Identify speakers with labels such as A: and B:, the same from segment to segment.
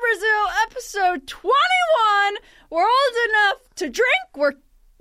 A: Brazil, episode 21. We're old enough to drink. We're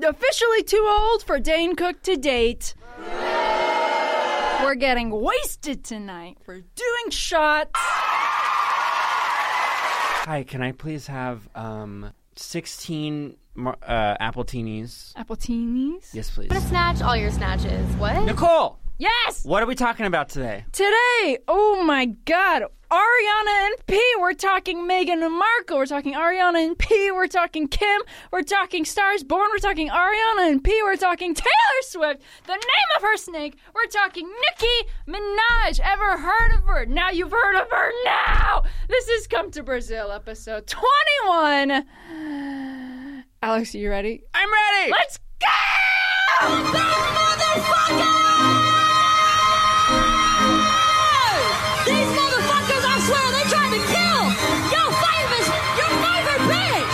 A: officially too old for Dane Cook to date. We're getting wasted tonight. We're doing shots.
B: Hi, can I please have um, 16 mar- uh, apple teenies?
A: Apple teenies.
B: Yes, please.
C: Snatch all your snatches. What?
B: Nicole,
A: Yes!
B: what are we talking about today?
A: Today, oh my god, Ariana and P. We're talking Meghan and Markle. We're talking Ariana and P. We're talking Kim. We're talking Stars Born. We're talking Ariana and P. We're talking Taylor Swift, the name of her snake. We're talking Nicki Minaj. Ever heard of her? Now you've heard of her now! This is Come to Brazil episode 21. Alex, are you ready?
B: I'm ready.
A: Let's go!
D: These motherfuckers, I swear, they tried to kill your favorite, your favorite bitch.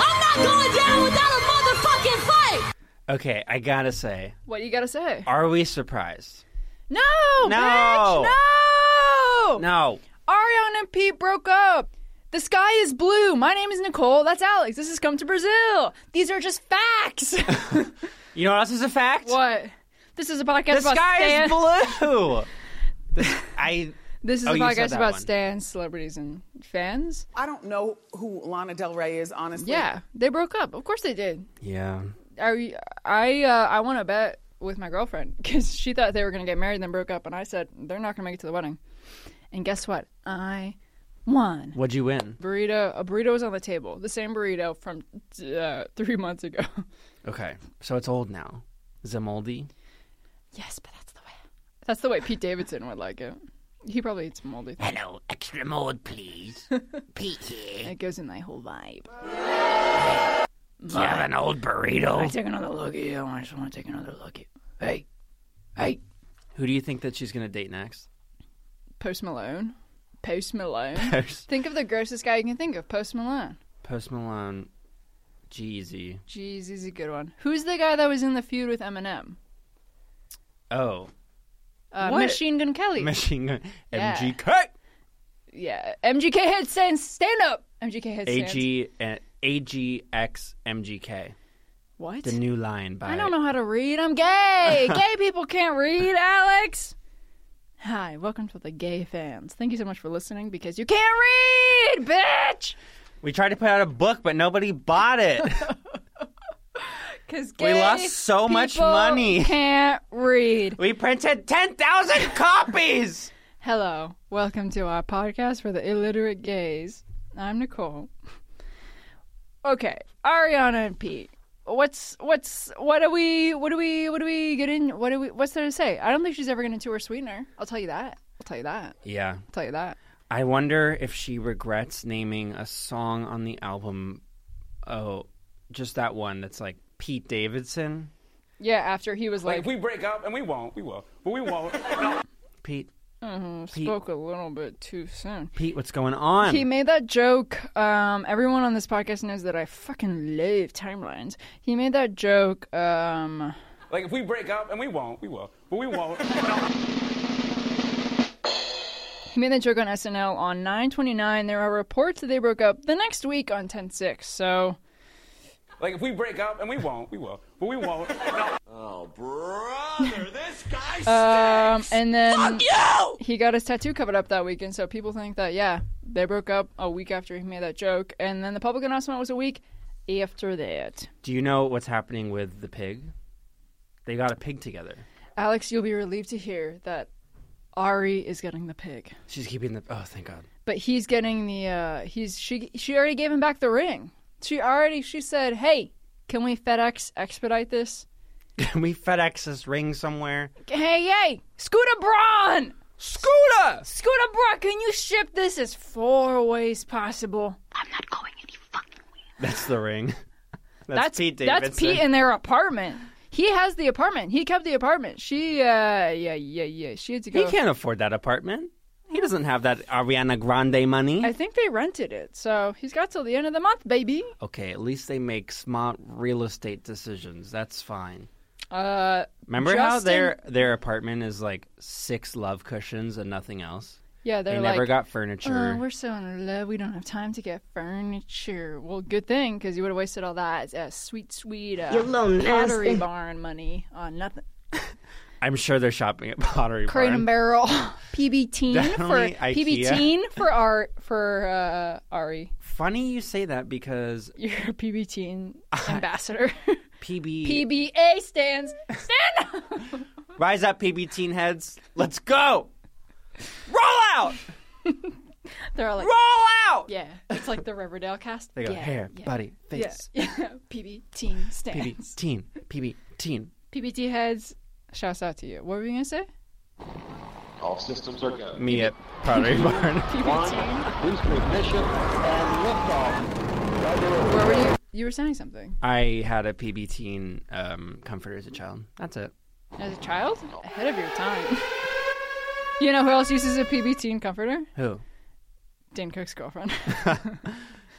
D: I'm not going down without a motherfucking fight.
B: Okay, I gotta say,
A: What you gotta say?
B: are we surprised?
A: No!
B: No.
A: Bitch, no!
B: No.
A: Ariana and Pete broke up. The sky is blue. My name is Nicole. That's Alex. This is Come to Brazil. These are just facts.
B: You know what else is a fact?
A: what? This is a podcast
B: The
A: about
B: sky
A: Stan.
B: is blue. The- I.
A: This is
B: Oh,
A: a
B: you said
A: podcast
B: that
A: about
B: one.
A: Stan celebrities and fans.
E: I don't know who Lana Del Rey is, honestly.
A: Yeah, they broke up. Of course they did.
B: Yeah.
A: I I uh, I want to bet with my girlfriend because she thought they were going to get married and then broke up, and I said they're not going to make it to the wedding. And guess what? I won.
B: What'd you win?
A: Burrito. A burrito was on the table. The same burrito from uh, three months ago.
B: Okay, so it's old now. Is it moldy?
A: Yes, but that's the way. That's the way Pete Davidson would like it. He probably eats moldy. things.
B: Hello, extra mold, please. Pete here.
A: It goes in my whole vibe.
B: Do you have an old
A: I
B: burrito?
A: take another look at you. I just want to take another look at. Hey, hey.
B: Who do you think that she's gonna date next?
A: Post Malone. Post Malone.
B: Post,
A: think of the grossest guy you can think of. Post Malone.
B: Post Malone, E Jeezy.
A: Jeez, he's a good one. Who's the guy that was in the feud with Eminem?
B: Oh,
A: Uh,
B: What?
A: Machine Gun Kelly.
B: Machine Gun
A: Yeah.
B: MGK.
A: yeah. MGK head stands. Stand up. MGK head stands.
B: AG and AGX MGK.
A: What?
B: The new line by
A: I don't know how to read. I'm gay. gay people can't read, Alex. Hi, welcome to the gay fans. Thank you so much for listening because you can't read, bitch.
B: We tried to put out a book, but nobody bought it.
A: Because
B: We lost so much money.
A: Can't read.
B: we printed ten thousand copies.
A: Hello, welcome to our podcast for the illiterate gays. I'm Nicole. Okay, Ariana and Pete. What's what's what do we what do we what do we get in? What do we what's there to say? I don't think she's ever going to tour Sweetener. I'll tell you that. I'll tell you that.
B: Yeah,
A: I'll tell you that.
B: I wonder if she regrets naming a song on the album. Oh, just that one. That's like Pete Davidson.
A: Yeah, after he was
F: Like,
A: like,
F: if we break up, and we won't, we will, but we won't.
B: Pete, Pete.
A: "Mm, spoke a little bit too soon.
B: Pete, what's going on?
A: He made that joke. Um, everyone on this podcast knows that I fucking love timelines. He made that joke. Um,
F: like if we break up, and we won't, we will, but we won't.
A: he made that joke on SNL on 9:29. There are reports that they broke up the next week on 10:6. So
F: like if we break up, and we won't, we will, but we won't.
A: Um, and then he got his tattoo covered up that weekend, so people think that yeah, they broke up a week after he made that joke, and then the public announcement was a week after that.
B: Do you know what's happening with the pig? They got a pig together.
A: Alex, you'll be relieved to hear that Ari is getting the pig,
B: She's keeping the. Oh, thank God.
A: but he's getting the uh, he's she she already gave him back the ring. She already she said, hey, can we FedEx expedite this?
B: Can we FedEx this ring somewhere?
A: Hey, hey, Scooter Braun!
B: Scooter!
A: Scooter Braun, can you ship this as far away as possible?
B: That's the ring. That's,
A: that's
B: Pete Davidson.
A: that's Pete in their apartment. He has the apartment. He kept the apartment. She, uh, yeah, yeah, yeah. She had to
B: He
A: go.
B: can't afford that apartment. He doesn't have that Ariana Grande money.
A: I think they rented it, so he's got till the end of the month, baby.
B: Okay, at least they make smart real estate decisions. That's fine.
A: Uh,
B: Remember how
A: Justin- uh,
B: their their apartment is like six love cushions and nothing else?
A: Yeah, they're
B: They
A: like,
B: never got
A: oh,
B: furniture.
A: we're so in love. We don't have time to get furniture. Well, good thing because you would have wasted all that uh, sweet, sweet uh, pottery barn money on nothing.
B: I'm sure they're shopping at Pottery
A: Crate and Barrel,
B: Barn.
A: PB Teen for
B: Definitely
A: PB
B: Ikea.
A: Teen for art for uh, Ari.
B: Funny you say that because
A: You're a PB Teen ambassador.
B: PB,
A: PBA stands. Stand up.
B: rise up, PB teen heads, let's go, roll out,
A: They're all like,
B: roll out.
A: yeah, it's like the Riverdale cast.
B: They go
A: yeah,
B: hair,
A: yeah,
B: body,
A: Yeah,
B: face.
A: yeah. PB Teen stands.
B: PB teen, PB teen.
A: PBT heads, shouts out to you. What were you gonna say?
G: All systems are go.
B: Me at Pottery Barn.
G: Boost ignition and liftoff.
A: What were you? You were saying something
B: I had a PB teen um, comforter as a child. That's it.
A: as a child, ahead of your time. you know who else uses a PB Teen comforter?
B: Who?
A: Dan Cook's girlfriend.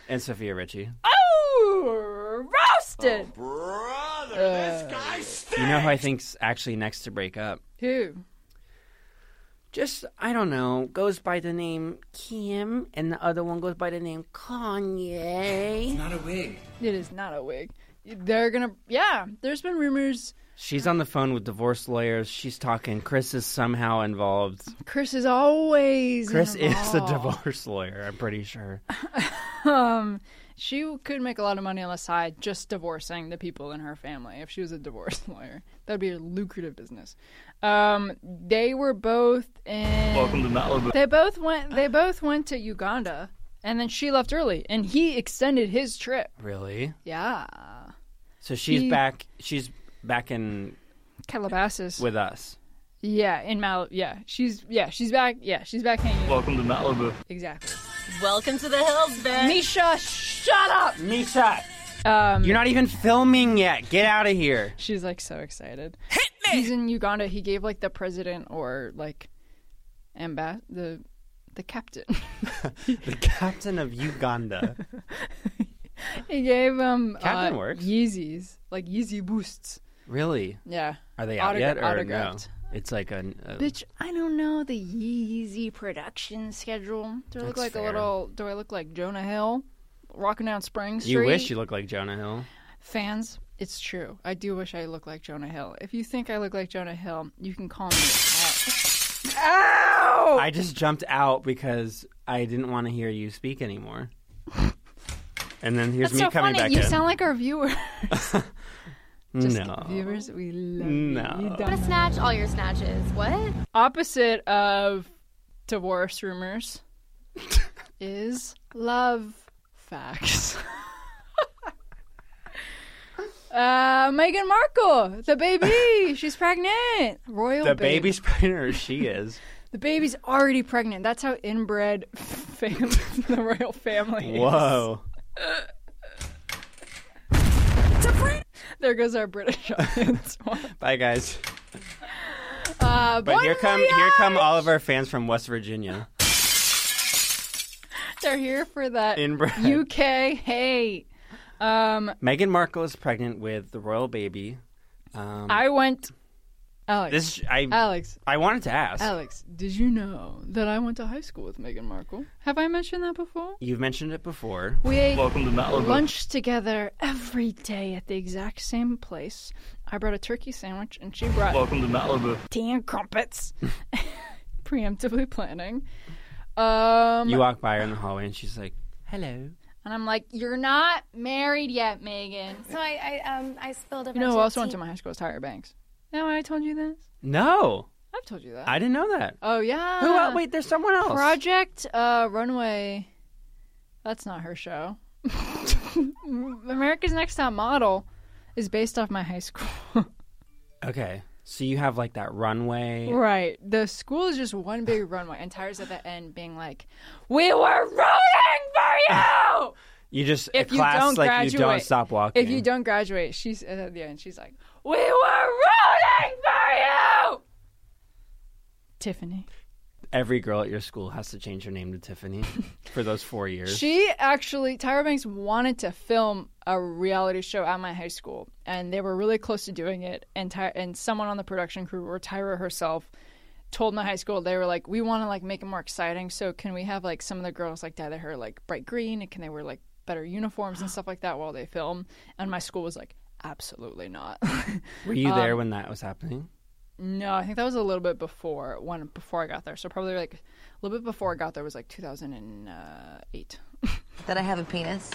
B: And Sophia Ritchie.
A: oh, roasted.
B: You know who I think's actually next to break up?
A: Who?
B: Just I don't know. Goes by the name Kim, and the other one goes by the name Kanye.
A: It is not a wig. They're gonna. Yeah, there's been rumors.
B: She's on the phone with divorce lawyers. She's talking. Chris is somehow involved.
A: Chris is always
B: Chris is a
A: involved.
B: divorce lawyer. I'm pretty sure.
A: She could make a lot of money on the side just divorcing the people in her family if she was a divorce lawyer. That'd be a lucrative business. Um, they were both in. Welcome to Malibu. They both went. They both went to Uganda, and then she left early, and he extended his trip.
B: Really?
A: Yeah,
B: So she's
A: He-
B: back. She's back in
A: Calabasas.
B: with us.
A: yeah, in Malibu. Yeah, she's yeah she's back. Yeah, she's back hanging.
H: Welcome to Malibu.
A: exactly.
D: Welcome to the hills, bitch.
A: Misha, shut up.
B: Misha,
A: Um,
B: you're not even filming yet. Get out of here.
A: She's like so excited. Hit me. He's in Uganda. He gave like the president or like amba- the the captain.
B: The captain of Uganda.
A: he gave him
B: Captain
A: uh,
B: works.
A: Yeezys, like Yeezy boosts.
B: Really?
A: Yeah.
B: Are they out
A: Autogra-
B: yet or
A: autographed.
B: no? It's like uh, a, a
A: Bitch, I don't know the Yeezy production schedule. Do I look
B: That's
A: like a
B: fair.
A: little? Do I look like Jonah Hill, walking down Spring Street?
B: You wish you looked like Jonah Hill.
A: Fans, it's true. I do wish I look like Jonah Hill. If you think I look like Jonah Hill, you can call me. out. Oh.
B: I just jumped out because I didn't want to hear you speak anymore. And then here's
A: That's
B: me
A: so
B: coming
A: funny.
B: back
A: you
B: in.
A: sound like our viewers. Just
B: no.
A: viewers, we love
B: No.
A: you. You
C: What a
A: don't know.
C: snatch, all your snatches. What?
A: Opposite of divorce rumors is love facts. uh, Meghan Markle, the baby, she's pregnant. Royal
B: The
A: baby.
B: baby's pregnant, or she is.
A: The baby's already pregnant. That's how inbred fam- the royal family. is.
B: Whoa.
A: There goes our British audience.
B: Bye, guys.
A: Uh,
B: But
A: bon
B: here come here
A: voyage!
B: come all of our fans from West Virginia.
A: They're here for that
B: Inbred.
A: UK hate. Um,
B: Meghan Markle is pregnant with the royal baby. Um,
A: I went. Alex,
B: this I
A: Alex,
B: I wanted to ask.
A: Alex, did you know that I went to high school with Meghan Markle? Have I mentioned that before?
B: You've mentioned it before.
A: We ate
H: Welcome to Malibu.
A: lunch together every day at the exact same place. I brought a turkey sandwich and she brought
H: Welcome to Malibu.
A: tea and crumpets. Preemptively planning. Um,
B: You walk by her in the hallway, and she's like, "Hello."
A: and I'm like, you're not married yet, Megan.
I: So I, I, um, I spilled a
A: You know who else went to my high school? Is Tyra Banks. No, I told you this.
B: No,
A: I've told you that.
B: I didn't know that.
A: Oh yeah.
B: Who? el- wait, there's someone else.
A: Project uh, Runway. That's not her show. America's Next Top Model is based off my high school.
B: Okay. So you have like that runway.
A: right. The school is just one big runway, and Tyra's at the end being like, "We were rooting for you."
B: You just
A: If
B: a
A: you
B: class
A: don't
B: like you don't
A: graduate-
B: stop walking.
A: if you don't graduate, she's at the end. She's like, "We were rooting for you." Tiffany.
B: every girl at your school has to change her name to Tiffany for those four years.
A: She actually, Tyra Banks wanted to film a reality show at my high school, and they were really close to doing it. And Ty- and someone on the production crew, or Tyra herself, told my high school they were like, we want to like make it more exciting. So can we have like some of the girls like dye their hair like bright green and can they wear like better uniforms and stuff like that while they film? And my school was like, absolutely not.
B: Were you
A: um,
B: there when that was happening?
A: no, I think that was a little bit before when before I got there. So probably like a little bit before I got there was like 2008.
H: That I have a penis.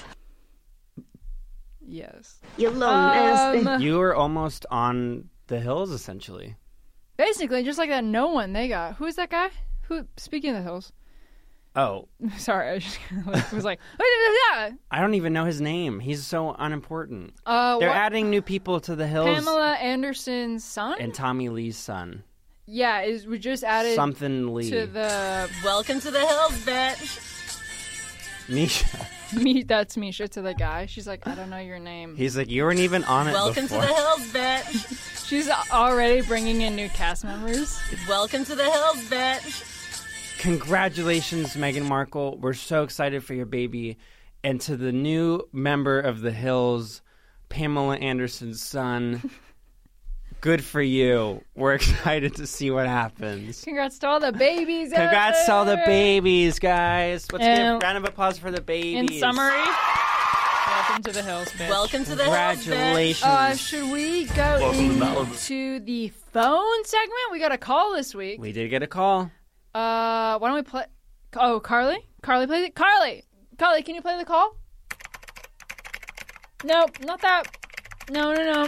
A: yes, Um,
J: You long ass.
A: Uh-huh.
B: You were almost on the hills, essentially.
A: basically just like that. No one they got. Who is that guy? Who speaking of the hills?
B: Oh,
A: Sorry, I just was like, "Ah,
B: I don't even know his name. He's so unimportant.
A: uh,
B: They're
A: what-
B: adding new people to the hills.
A: Pamela Anderson's son.
B: and Tommy Lee's son.
A: yeah, is we just added
B: Something Lee.
A: to the
H: Welcome to the hills, bitch.
B: Misha.
A: me. That's Misha to the guy. She's like, I don't know your name.
B: He's like, you weren't even on it
H: Welcome
B: before.
H: to the hills, bitch.
A: She's already bringing in new cast members.
H: Welcome to the hills, bitch.
B: Congratulations, Meghan Markle. We're so excited for your baby. And to the new member of the Hills, Pamela Anderson's son. Good for you. We're excited to see what happens.
A: Congrats to all the babies. out
B: Congrats to all the
A: there.
B: babies, guys. Let's
A: And-
B: give a round of applause for the
A: In
B: babies.
A: summary, welcome to the hills, bitch.
H: Welcome to the hills, bitch.
B: Congratulations.
A: Uh, should we go into the phone segment? We got a call this week.
B: we did get a call.
A: Uh, why don't we play? Oh, Carly, Carly plays it. Carly, Carly, can you play the call? Nope, not that. No, no, no.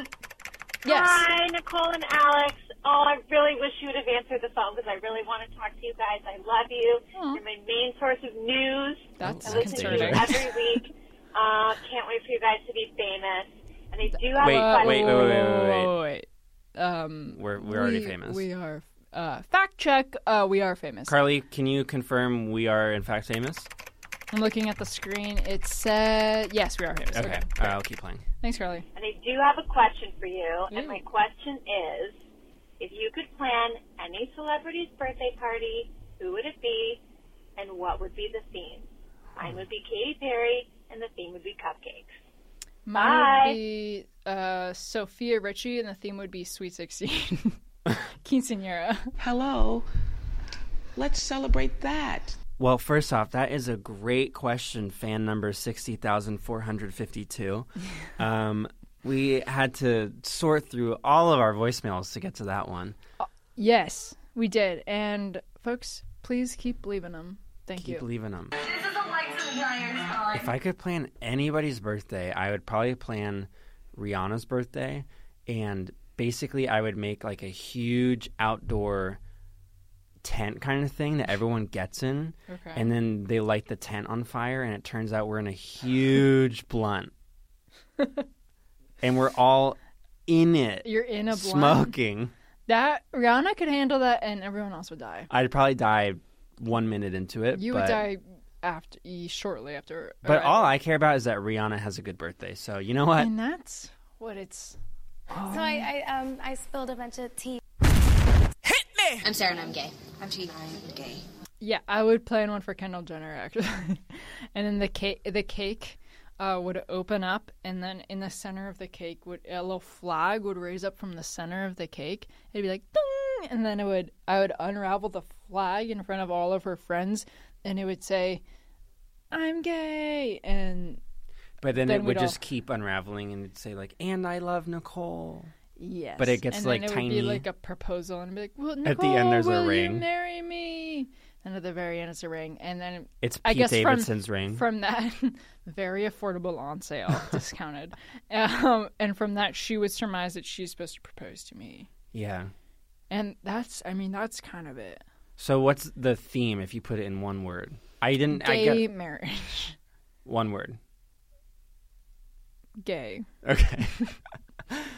A: Yes.
K: Hi, Nicole and Alex. Oh, I really wish you would have answered the phone because I really want to talk to you guys. I love you. You're my main source of news.
A: That's
K: I listen to you
A: concerning.
K: every week. Uh, can't wait for you guys to be famous. And I do have
B: Wait,
K: a question.
B: wait, wait, wait, wait, wait.
A: wait. Um,
B: We're, we're already
A: we-
B: famous.
A: We are. Uh, fact check. Uh, we are famous.
B: Carly, can you confirm we are in fact famous?
A: I'm looking at the screen. It said yes, we are famous. Okay.
B: Okay, Uh, I'll keep playing.
A: Thanks, Carly.
K: And I do have a question for you.
A: Ooh.
K: And my question is if you could plan any celebrity's birthday party, who would it be and what would be the theme? Mine would be Katy Perry and the theme would be cupcakes.
A: Mine
K: Bye.
A: would be uh, Sophia Richie, and the theme would be Sweet Sixteen. Quinceanera.
E: Hello. Let's celebrate that.
B: Well, first off, that is a great question, fan number 60,452. um, we had to sort through all of our voicemails to get to that one.
A: Yes, we did. And folks, please keep leaving them. Thank
B: Keep
A: you.
B: leaving them.
H: This is a lights and Giants time.
B: If I could plan anybody's birthday, I would probably plan Rihanna's birthday. And basically, I would make like a huge outdoor tent kind of thing that everyone gets in.
A: Okay.
B: And then they light the tent on fire, and it turns out we're in a huge blunt. and we're all in it,
A: You're in a blunt.
B: smoking.
A: That Rihanna could handle that, and everyone else would die.
B: I'd probably die one minute into it.
A: You
B: but,
A: would die after e- shortly after.
B: But
A: or-
B: all I care about is that Rihanna has a good birthday. So, you know what?
A: and that's what it's.
I: So I, I, um, I spilled a bunch of tea.
H: I'm Sarah and I'm gay. I'm cheating. I'm gay.
A: Yeah, I would plan one for Kendall Jenner actually, and then the cake, the cake. Uh, would open up and then in the center of the cake would a little flag would raise up from the center of the cake it'd be like Ding! and then it would i would unravel the flag in front of all of her friends and it would say i'm gay and
B: But then,
A: then
B: it
A: we'd
B: would
A: all-
B: just keep unraveling and it'd say like, "And I love Nicole."
A: Yes.
B: But it gets,
A: and
B: like,
A: then it Would
B: tiny.
A: be like a proposal, and be like, "Well, Nicole,
B: At the end, there's a
A: will You
B: ring.
A: marry me." And at the very end, it's a ring, and then
B: It's
A: I
B: Pete
A: guess from-
B: Davidson's ring.
A: From that, very affordable on sale, discounted, um, and from that, she would surmise that she's supposed to propose to me,
B: yeah.
A: and that's, I mean, that's kind of it.
B: So what's the theme if you put it in one word? I didn't. I
A: Gay
B: get
A: marriage,
B: one word.
A: gay.
B: Okay.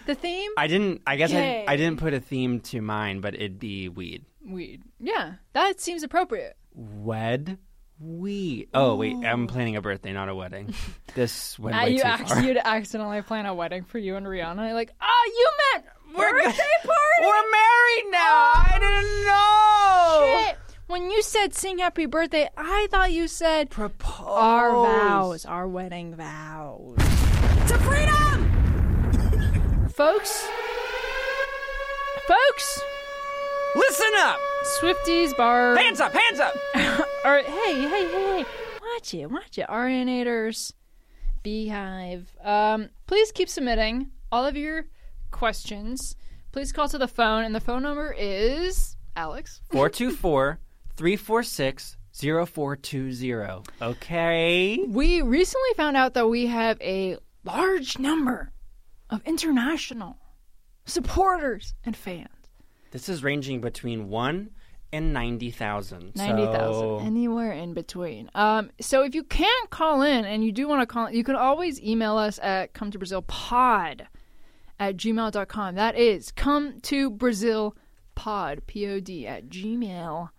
A: The theme,
B: I didn't. I guess I,
A: Gay.
B: I didn't put a theme to mine, but it'd be weed.
A: weed. Yeah, that seems appropriate.
B: Wed. Weed. Oh wait, I'm planning a birthday, not a wedding. this went
A: Uh,
B: way
A: you
B: too
A: ac-
B: far.
A: you'd accidentally plan a wedding for you and Rihanna. You're like, oh, you meant birthday party.
B: We're married now. I didn't know.
A: Shit. When you said sing happy birthday, I thought you said
B: Propose.
A: our vows, our wedding vows. To freedom! Folks, folks,
B: Listen up.
A: Swifties bar.
F: Hands up, hands up.
A: All right, hey, hey, hey, hey. Watch it, watch it. Arianators, Beehive. Um, please keep submitting all of your questions. Please call to the phone, and the phone number is Alex.
B: 424 346 0420. Okay.
A: We recently found out that we have a large number of international supporters and fans.
B: This is ranging between 1 and 90,000.
A: 90,000,
B: So-
A: anywhere in between. Um, so if you can't call in and you do want to call in, you can always email us at come to Brazil pod at gmail.com. That is come to Brazil pod, P O D, at gmail.com.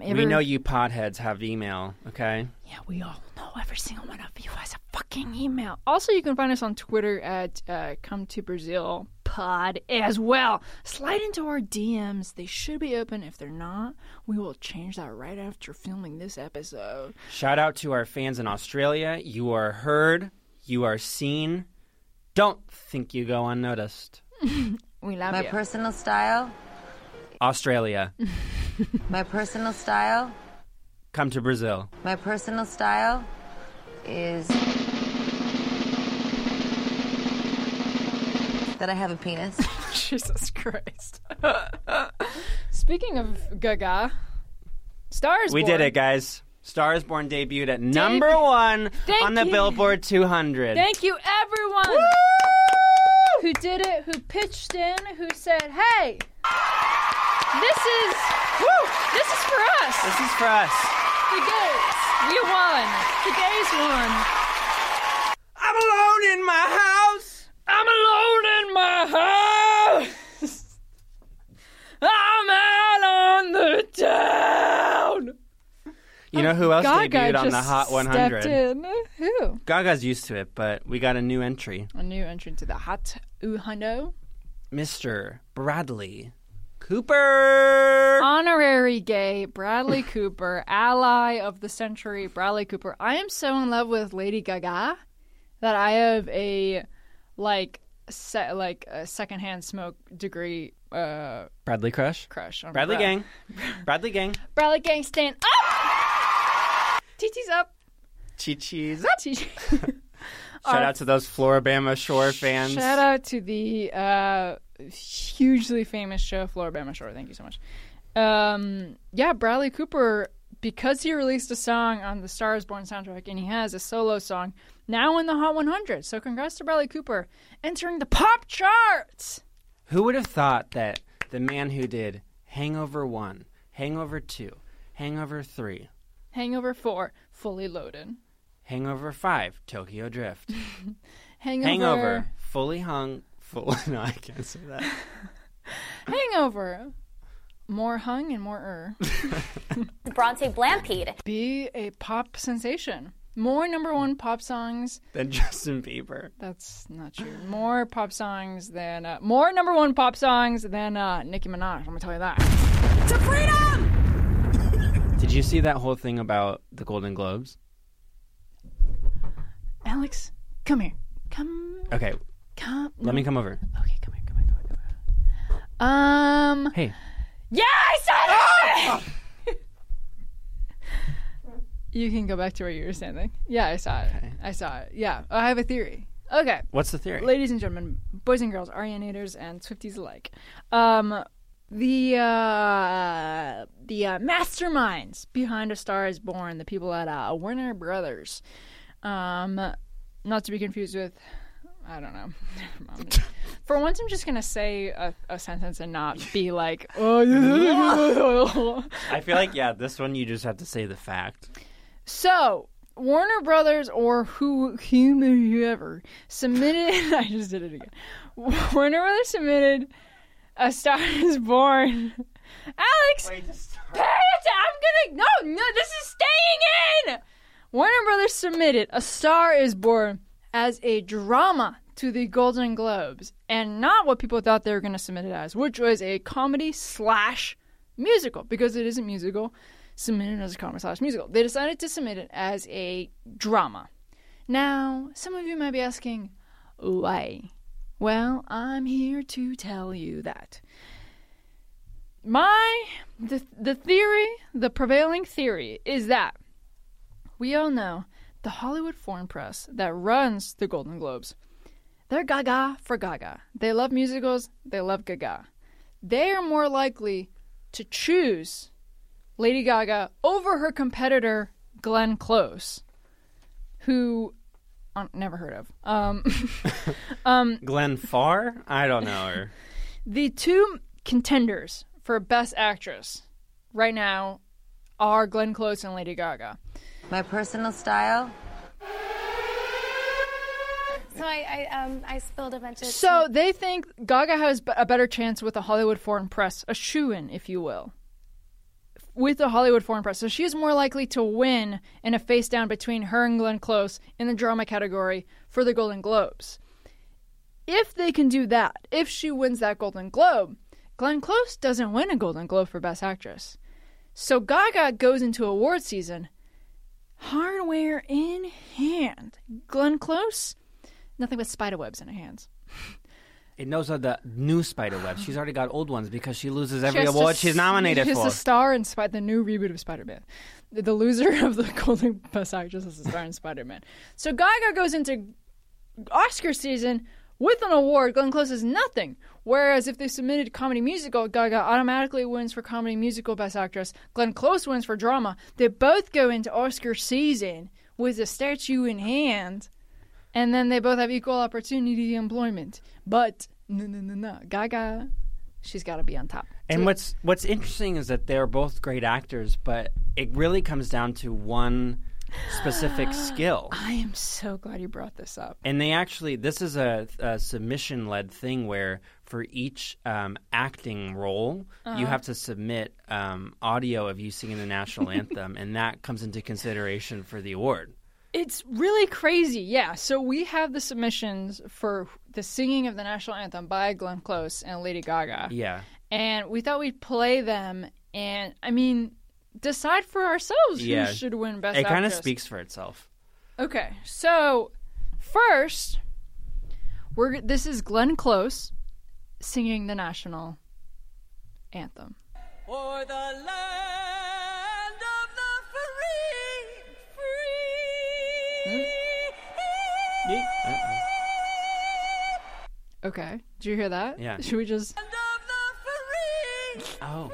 B: We know you podheads have email, okay?
A: Yeah, we all know every single one of you has a fucking email. Also, you can find us on Twitter at uh, Come to Brazil Pod as well. Slide into our DMs; they should be open. If they're not, we will change that right after filming this episode.
B: Shout out to our fans in Australia. You are heard, you are seen. Don't think you go unnoticed.
A: We love
J: My
A: you.
J: personal style.
B: Australia,
J: My personal style.
B: come to Brazil.
J: My personal style is that I have a penis.
A: Jesus Christ. Speaking of Gaga, stars.
B: We
A: Born.
B: did it, guys. Star is Born debuted at number one
A: Thank
B: on the
A: you.
B: Billboard 200.
A: Thank you, everyone who did it, who pitched in, who said, "Hey, this is this is for us.
B: This is for us.
A: The gays, we won. The gays won.
B: I'm alone in my house.
A: I'm alone in my house. I'm out on the town.
B: You know who else
A: Oh, Gaga
B: debuted on the
A: just
B: Hot 100?
A: Stepped in. Who?
B: Gaga's used to it, but we got a new entry.
A: A new entrant to the Hot 100.
B: Mr. Bradley Cooper.
A: Uh, Honorary gay Bradley Cooper, ally of the century Bradley Cooper. I am so in love with Lady Gaga that I have a like se- like a secondhand smoke degree uh,
B: Bradley Crush.
A: crush on
B: Bradley
A: Brad-
B: Gang. Bradley Gang.
A: Bradley Gang, stand up. TT's up.
B: Chi Chi's.
A: TT.
B: Shout out to those Floribama Shore fans.
A: Shout out to the uh, hugely famous show Floribama Shore. Thank you so much. Um, yeah, Bradley Cooper, because he released a song on the Star Is Born soundtrack and he has a solo song now in the Hot 100. So congrats to Bradley Cooper entering the pop charts.
B: Who would have thought that the man who did Hangover 1, Hangover 2, Hangover 3,
A: Hangover 4, fully loaded.
B: Hangover 5, Tokyo Drift,
A: Hangover.
B: Hangover, fully hung, full. No, I can't say that.
A: Hangover. More hung and more er.
L: Bronte Blampede.
A: Be a pop sensation. More number one pop songs
B: Then Justin Bieber.
A: That's not true. More pop songs than uh, more number one pop songs than uh, Nicki Minaj. I'm gonna tell you that. To freedom.
B: Did you see that whole thing about the Golden Globes?
A: Alex, come here. Come,
B: Okay,
A: come.
B: let me come over.
A: Um.
B: Hey.
A: Yeah, I saw it. you can go back to where you were standing. Yeah, I saw it. I saw it. Yeah, I have a theory. Okay.
B: What's the theory?
A: Ladies and gentlemen, boys and girls, Arianators and Swifties alike. Um, the uh, the uh, masterminds behind A Star Is Born, the people at uh, Warner Brothers, um, not to be confused with, I don't know. For once, I'm just gonna say a, a sentence and not be like, oh.
B: I feel like, yeah, this one you just have to say the fact.
A: So Warner Brothers or who whomever submitted. I just did it again. Warner Brothers submitted a Star Is Born. Alex, pay attention. I'm gonna no no. This is staying in. Warner Brothers submitted A Star Is Born as a drama to the Golden Globes, and not what people thought they were going to submit it as, which was a comedy slash musical, because it isn't musical, submitted as a comedy slash musical. They decided to submit it as a drama. Now, some of you might be asking, why? Well, I'm here to tell you that My the the theory, the prevailing theory is that we all know the Hollywood Foreign Press that runs the Golden Globes. They're gaga for gaga. They love musicals, they love gaga. They are more likely to choose Lady Gaga over her competitor Glenn Close, who uh, never heard of. Um, um,
B: Glenn Farr? I don't know her.
A: the two contenders for Best Actress right now are Glenn Close and Lady Gaga.
J: My personal style.
I: So I, I, um, I spilled a bunch of.
A: So they think Gaga has b- a better chance with the Hollywood Foreign Press, a shoe in, if you will, with the Hollywood Foreign Press. So she is more likely to win in a face down between her and Glenn Close in the drama category for the Golden Globes. If they can do that, if she wins that Golden Globe, Glenn Close doesn't win a Golden Globe for Best Actress. So Gaga goes into award season hardware in hand. Glenn Close, nothing but spider webs in her hands.
B: It knows all the new spider webs. She's already got old ones because she loses every
A: She has to
B: award
A: s-
B: she's nominated
A: she has
B: for.
A: to star in Spi- the new reboot of Spider Man. The, the loser of the Golden Best Actress is a star in Spider Man. So Gaga goes into Oscar season with an award. Glenn Close is nothing. Whereas if they submitted comedy musical, Gaga automatically wins for comedy musical Best Actress. Glenn Close wins for drama. They both go into Oscar season with a statue in hand, and then they both have equal opportunity employment. But no, no, no, no. Gaga, she's got to be on top.
B: And what's what's interesting is that they're both great actors, but it really comes down to one specific skill.
A: I am so glad you brought this up.
B: And they actually, this is a, a submission led thing where for each um, acting role,
A: Uh-huh.
B: you have to submit um, audio of you singing the national anthem, and that comes into consideration for the award.
A: It's really crazy. Yeah. So we have the submissions for the singing of the national anthem by Glenn Close and Lady Gaga.
B: Yeah.
A: And we thought we'd play them and I mean decide for ourselves
B: yeah.
A: who should win best
B: It kind of
A: Actress.
B: speaks for itself.
A: Okay. So first we're this is Glenn Close singing the national anthem.
D: For the land of the free, free.
A: Okay. Did you hear that?
D: Yeah.
A: Should we just
B: Oh.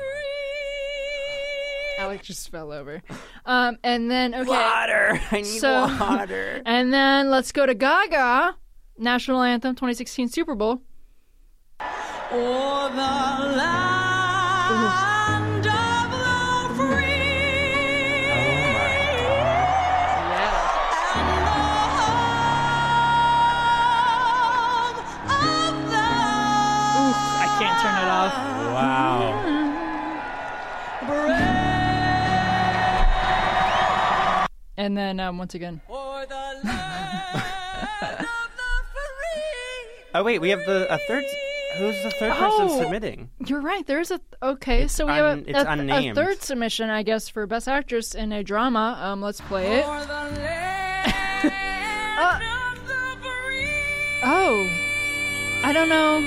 A: Alex just fell over. Um, and then okay,
D: Water. I need water.
A: And then let's go to Gaga, national anthem, 2016 Super Bowl.
D: For the land of the free.
A: Oof, I can't turn it off.
B: Wow.
A: And then um, once again,
B: Oh, wait, we have the a third. Who's the third person
A: Oh.
B: submitting?
A: you're right. There's a okay. so we have
B: un-
A: a,
B: it's
A: a- a,
B: unnamed.
A: third submission, I guess, for best actress in a drama. Um, let's play it. Uh, oh, I don't know.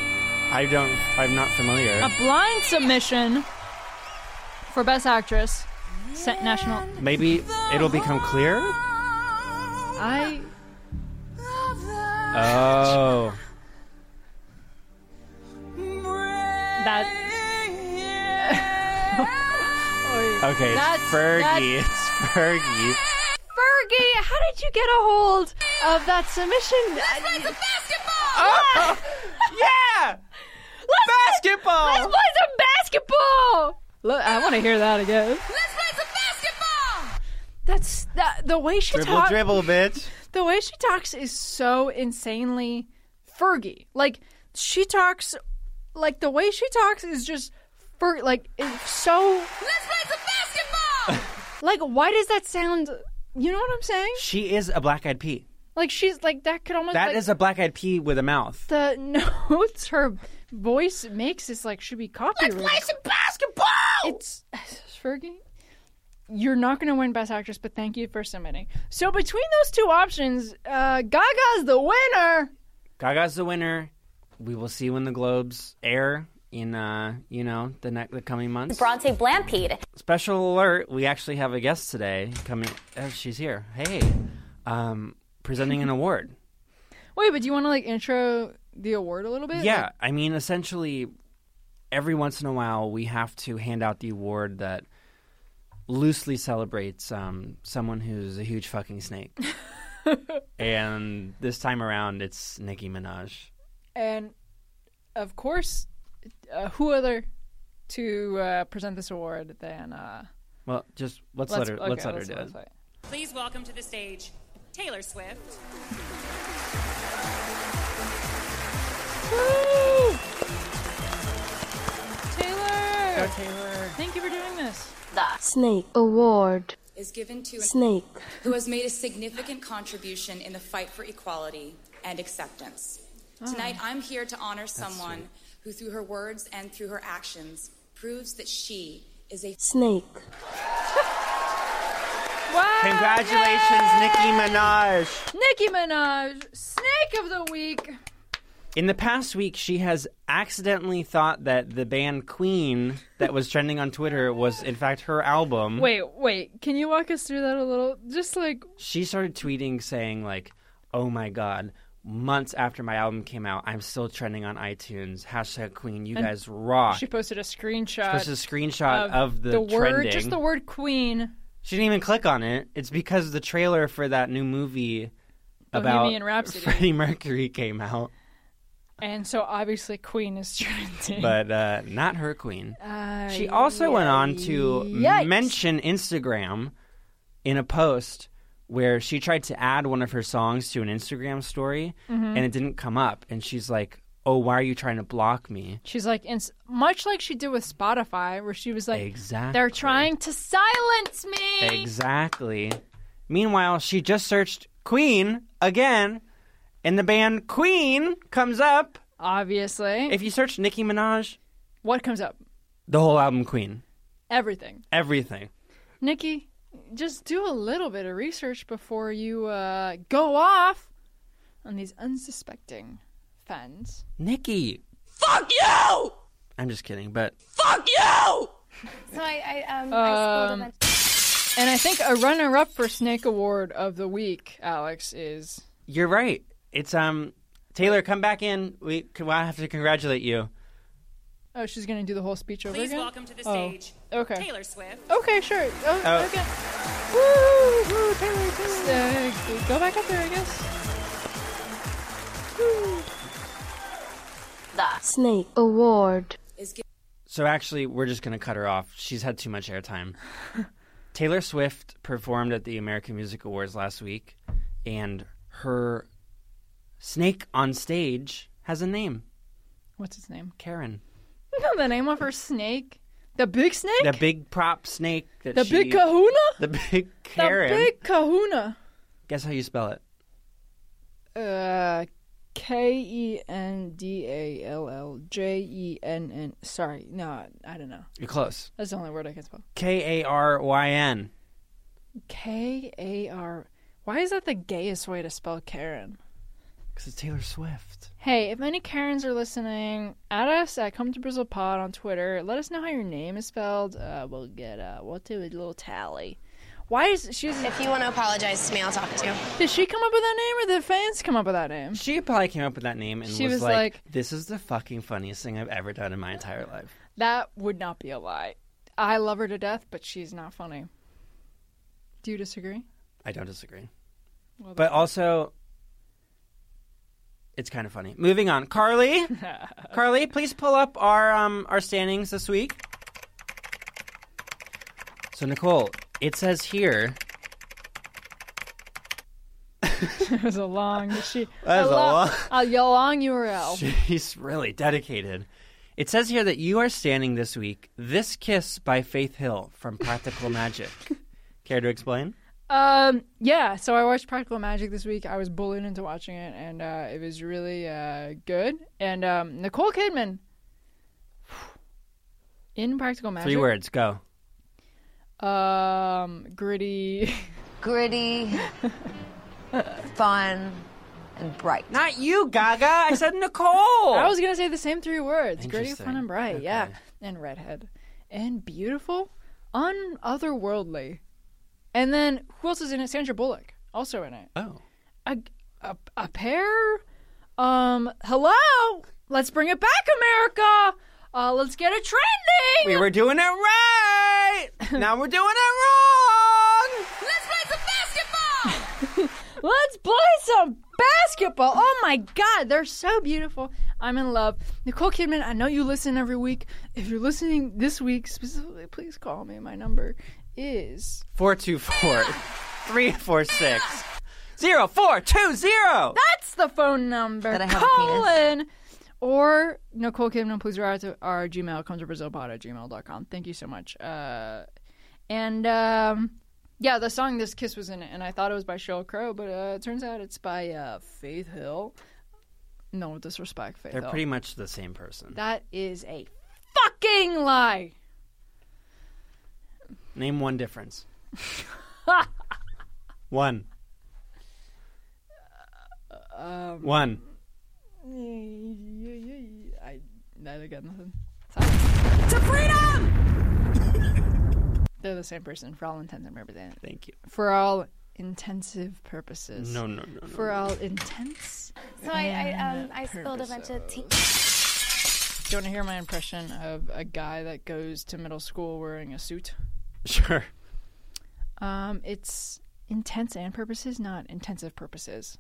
B: I don't, I'm not familiar.
A: A blind submission for Best Actress, Sa- National.
B: Maybe it'll become clear?
A: I
B: Oh.
A: that.
B: Okay,
A: That's-
B: it's Fergie.
A: that's-
B: It's Fergie.
A: Fergie, how did you get a hold of that submission? Let's play some basketball.
B: yeah,
A: let's
B: basketball.
A: let's play some basketball. Look, I want to hear that again.
D: Let's play some basketball.
A: That's that. The way she
B: Dribble,
A: talks,
B: dribble, bitch.
A: the way she talks is so insanely Fergie. Like she talks, like the way she talks is just Fer. Like it's so.
D: Let's play some basketball.
A: Like why does that sound? You know what I'm saying?
B: She is a black eyed pea.
A: Like she's like that could almost
B: That is
A: like,
B: a black eyed pea with a mouth.
A: the notes her voice makes is like should be copyrighted. Let's play some
D: basketball.
A: It's Fergie. You're not going to win Best Actress, but thank you for submitting. So between those two options, uh, Gaga's the winner.
B: Gaga's the winner. We will see when the Globes air in uh, you know the next the coming months.
L: Bronte Blampede.
B: Special alert: We actually have a guest today coming. Oh, she's here. Hey, um, presenting an award.
A: Wait, but do you want to like intro the award a little bit?
B: Yeah, I mean, essentially, every once in a while we have to hand out the award that loosely celebrates um, someone who's a huge fucking snake. and this time around, it's Nicki Minaj.
A: And of course, uh, who other to uh, present this award than? Uh,
B: Well, just let's, let her.
A: okay,
B: let's let her do
A: let's
B: it.
A: let-
M: Please welcome to the stage Taylor Swift.
A: Taylor.
M: Go, Taylor.
A: Thank you for doing this.
N: Snake Award.
M: Is given to an
N: Snake.
M: who has made a significant contribution in the fight for equality and acceptance.
E: Ah.
O: Oh.
M: Tonight, I'm here to honor someone
O: sweet.
M: who, through her words and through her actions, proves that she is a
N: Snake.
B: Congratulations, Nicki Minaj.
A: Nicki Minaj, Snake of the Week.
B: In the past week, she has accidentally thought that the band Queen that was trending on Twitter was, in fact, her album.
A: Wait, wait. Can you walk us through that a little? Just like
B: She started tweeting saying, like, oh my God, months after my album came out, I'm still trending on iTunes. Hashtag Queen, you
A: And
B: guys rock.
A: she posted a screenshot.
B: posted a screenshot of the
A: word,
B: trending.
A: just the word "queen."
B: She didn't even click on it. It's because the trailer for that new movie
A: Bohemian
B: about
A: Rhapsody.
B: Freddie Mercury came out,
A: And so obviously, Queen is trending.
B: but uh, not her queen.
A: Uh,
B: She also went on to
A: yikes.
B: mention Instagram in a post where she tried to add one of her songs to an Instagram story
A: Mhm.
B: and it didn't come up. And she's like, Oh, why are you trying to block me?
A: she's like, ins- much like she did with Spotify, where she was like,
B: Exactly.
A: "They're trying to silence me."
B: Exactly. Meanwhile, she just searched Queen again and the band Queen comes up.
A: Obviously.
B: If you search Nicki Minaj,
A: What comes up?
B: the whole album Queen,
A: Everything.
B: everything.
A: Nikki, just do a little bit of research before you uh, go off on these unsuspecting fans.
B: Nicki,
A: Fuck you!
B: I'm just kidding, but
A: Fuck you!
I: So I, I, um, I spilled a bunch.
A: and I think a runner-up for Snake Award of the week, Alex, is
B: You're right. It's um Taylor, come back in. We c- well, I have to congratulate you.
A: oh, she's gonna do the whole speech over
M: Please
A: again.
M: welcome to the
A: Oh,
M: stage
A: Okay.
M: Taylor Swift.
A: Okay, sure. Oh,
B: Oh.
A: Okay. Woo, woo, Taylor, Taylor. Uh, go back up there, I guess. Woo.
N: Snake Award.
B: So actually, we're just gonna cut her off. She's had too much airtime. Taylor Swift performed at the American Music Awards last week, and her snake on stage has a name.
A: What's its name?
B: Karen.
A: You know the name of her snake? The big snake?
B: The big prop snake. That
A: The
B: she-
A: big kahuna?
B: The big Karen.
A: The big kahuna.
B: Guess how you spell it.
A: Uh, K E N D A L L J E N N. Sorry, no, I don't know.
B: You're close.
A: That's the only word I can spell.
B: K A R Y N.
A: K A R. Why is that the gayest way to spell Karen?
B: Because it's Taylor Swift.
A: Hey, if any Karens are listening, add us at Come to Bristol Pod on Twitter. Let us know how your name is spelled. Uh, we'll get uh, we'll do a little tally. Why is she's?
H: If you want to apologize to me, I'll talk to you.
A: Did she come up with that name, or did fans come up with that name?
B: She probably came up with that name and
A: She
B: was,
A: was
B: like, "This is the fucking funniest thing I've ever done in my entire life."
A: That would not be a lie. I love her to death, but she's not funny. Do you disagree?
B: I don't disagree,
A: Well,
B: but also, it's kind of funny. Moving on, Carly, Carly, please pull up our um our standings this week. So Nicole, it says here
A: it was a long. She,
B: That is a
A: lo-
B: long-
A: a long URL.
B: she's really dedicated. It says here that you are standing this week. This kiss by Faith Hill from Practical Magic. Care to explain?
A: Um, yeah, so I watched Practical Magic this week. I was bullied into watching it, and uh, it was really uh, good. And um, Nicole Kidman in Practical Magic.
B: Three words. Go.
A: Um, gritty.
J: Gritty. Fun. and bright.
B: Not you, Gaga. I said Nicole. I
A: was gonna say the same three words: gritty, fun, and bright. Yeah, and redhead, and beautiful, un otherworldly. And then who else is in it? Sandra Bullock, also in it.
B: Oh,
A: a a, a pair. Um, hello. Let's bring it back, America. Uh, let's get it trending.
B: We were doing it right. now we're doing it wrong.
D: Let's play some basketball.
A: Let's play some basketball. Oh my God, they're so beautiful. I'm in love. Nicole Kidman, I know you listen every week. If you're listening this week specifically, please call me. My number is
B: 424 346 0420.
A: That's the phone number.
J: That I have a
A: Colin. Or Nicole Kidman, please write to our Gmail, comes to Brazilpod at gmail.com. Thank you so much. Uh, and. Um, yeah, the song "This Kiss" was in it, and I thought it was by Sheryl Crow, but uh, it turns out it's by uh, Faith Hill. No disrespect, Faith
B: They're
A: Hill.
B: pretty much the same person.
A: that is a fucking lie.
B: Name one difference. one.
A: Um,
B: One.
A: I, I got nothing.
D: to freedom!
A: They're the same person for all intents and purposes.
B: Thank you.
A: For all intensive purposes.
B: No, no, no, no,
A: For all intents.
I: So I, I, um, I spilled a bunch of tea.
A: Do you want to hear my impression of a guy that goes to middle school wearing a suit?
B: Sure.
A: Um, it's intents and purposes, not intensive purposes.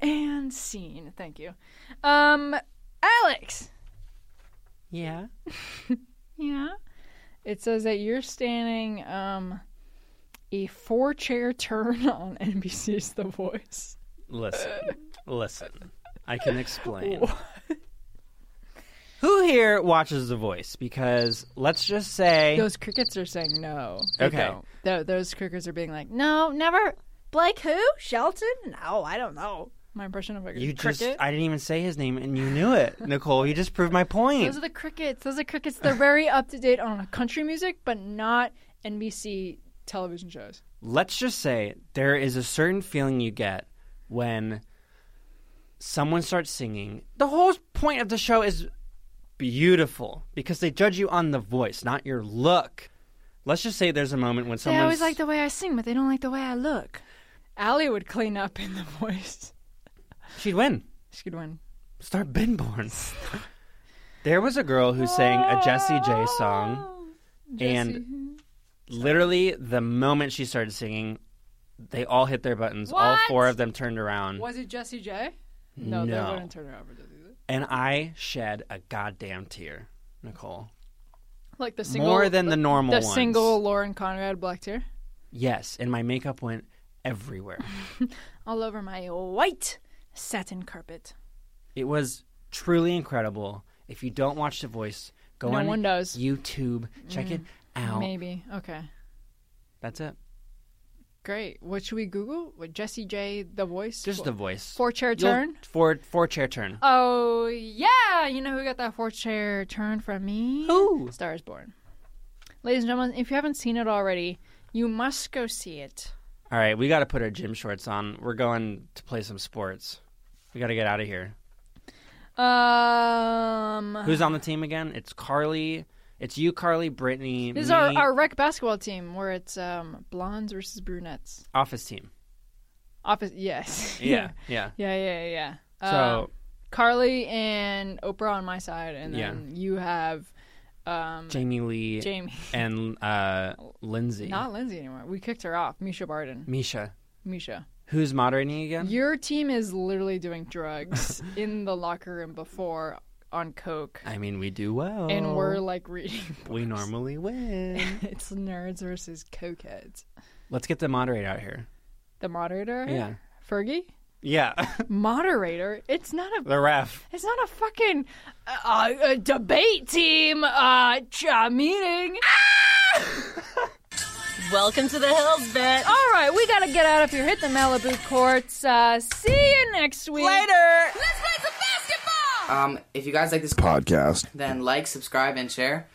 A: And scene. Thank you. Um, Alex.
B: Yeah.
A: Yeah. It says that you're standing um, a four chair turn on NBC's The Voice.
B: Listen. Listen. I can explain. Who here watches The Voice? Because let's just say
A: Those crickets are saying no. They
B: Okay.
A: don't. Tho- those crickets are being like, no, never. Blake who? Shelton? No, I don't know. My impression of a
B: you
A: cricket.
B: just I didn't even say his name and you knew it. Nicole, you just proved my point.
A: Those are the crickets. Those are crickets. They're very up to date on country music, but not NBC television shows.
B: let's just say there is a certain feeling you get when someone starts singing. The whole point of the show is beautiful because they judge you on the voice, not your look. Let's just say there's a moment when
A: They
B: someone
A: always like the way I sing, but they don't like the way I look. Allie would clean up in the voice.
B: she'd win.
A: She could win.
B: Start Binborn. there was a girl who sang a Jessie J
A: Oh,
B: song, and literally the moment she started singing, they all hit their buttons. All
A: What?
B: four of them turned around.
A: Was it Jesse J? No,
B: No.
A: they wouldn't turn her over.
B: And I shed a goddamn tear, Nicole.
A: Like the single,
B: More than the normal
A: The
B: ones.
A: single Lauren Conrad Black Tear,
B: Yes, and my makeup went everywhere.
A: all over my white satin carpet.
B: it was truly incredible. If you don't watch The Voice, go
A: No
B: on
A: one does. Mm,
B: YouTube, check it out.
A: Maybe okay,
B: That's it.
A: great. What should we Google? What Jesse J the voice?
B: Just
A: What-
B: The Voice.
A: Four chair
B: You'll-
A: turn?
B: Four four chair turn.
A: Oh yeah, you know who got that four chair turn from me?
B: Who?
A: Star is Born. Ladies and gentlemen, if you haven't seen it already, you must go see it.
B: All right, we got to put our gym shorts on. We're going to play some sports. We got to get out of here.
A: Um,
B: Who's on the team again? It's Carly. It's you, Carly, Brittany.
A: This is
B: me,
A: our, our rec basketball team where it's um, blondes versus brunettes.
B: office team.
A: Office, yes.
B: Yeah, yeah.
A: yeah, yeah, yeah.
B: So-
A: Um, Carly and Oprah on my side, and
B: Yeah.
A: then you have um,
B: Jamie Lee
A: Jamie.
B: and uh, Lindsay.
A: not Lindsay anymore. We kicked her off. Misha Barden.
B: Misha.
A: Misha.
B: Who's moderating again?
A: Your team is literally doing drugs in the locker room before on coke,
B: I mean, we do well.
A: and we're like reading.
B: We normally win.
A: it's nerds versus cokeheads.
B: Let's get the moderator out here.
A: The moderator,
B: Yeah.
A: Fergie,
B: Yeah.
A: moderator. It's not a
B: the ref.
A: It's not a fucking uh, uh, debate team uh, ch- uh, meeting.
D: Ah! Welcome to the hills, bitch.
A: All right, we gotta get out of here. Hit the Malibu courts. Uh, see you next week.
O: Later.
D: Let's play some basketball!
O: Um, if you guys like this
P: Podcast.
O: then like, subscribe, and share.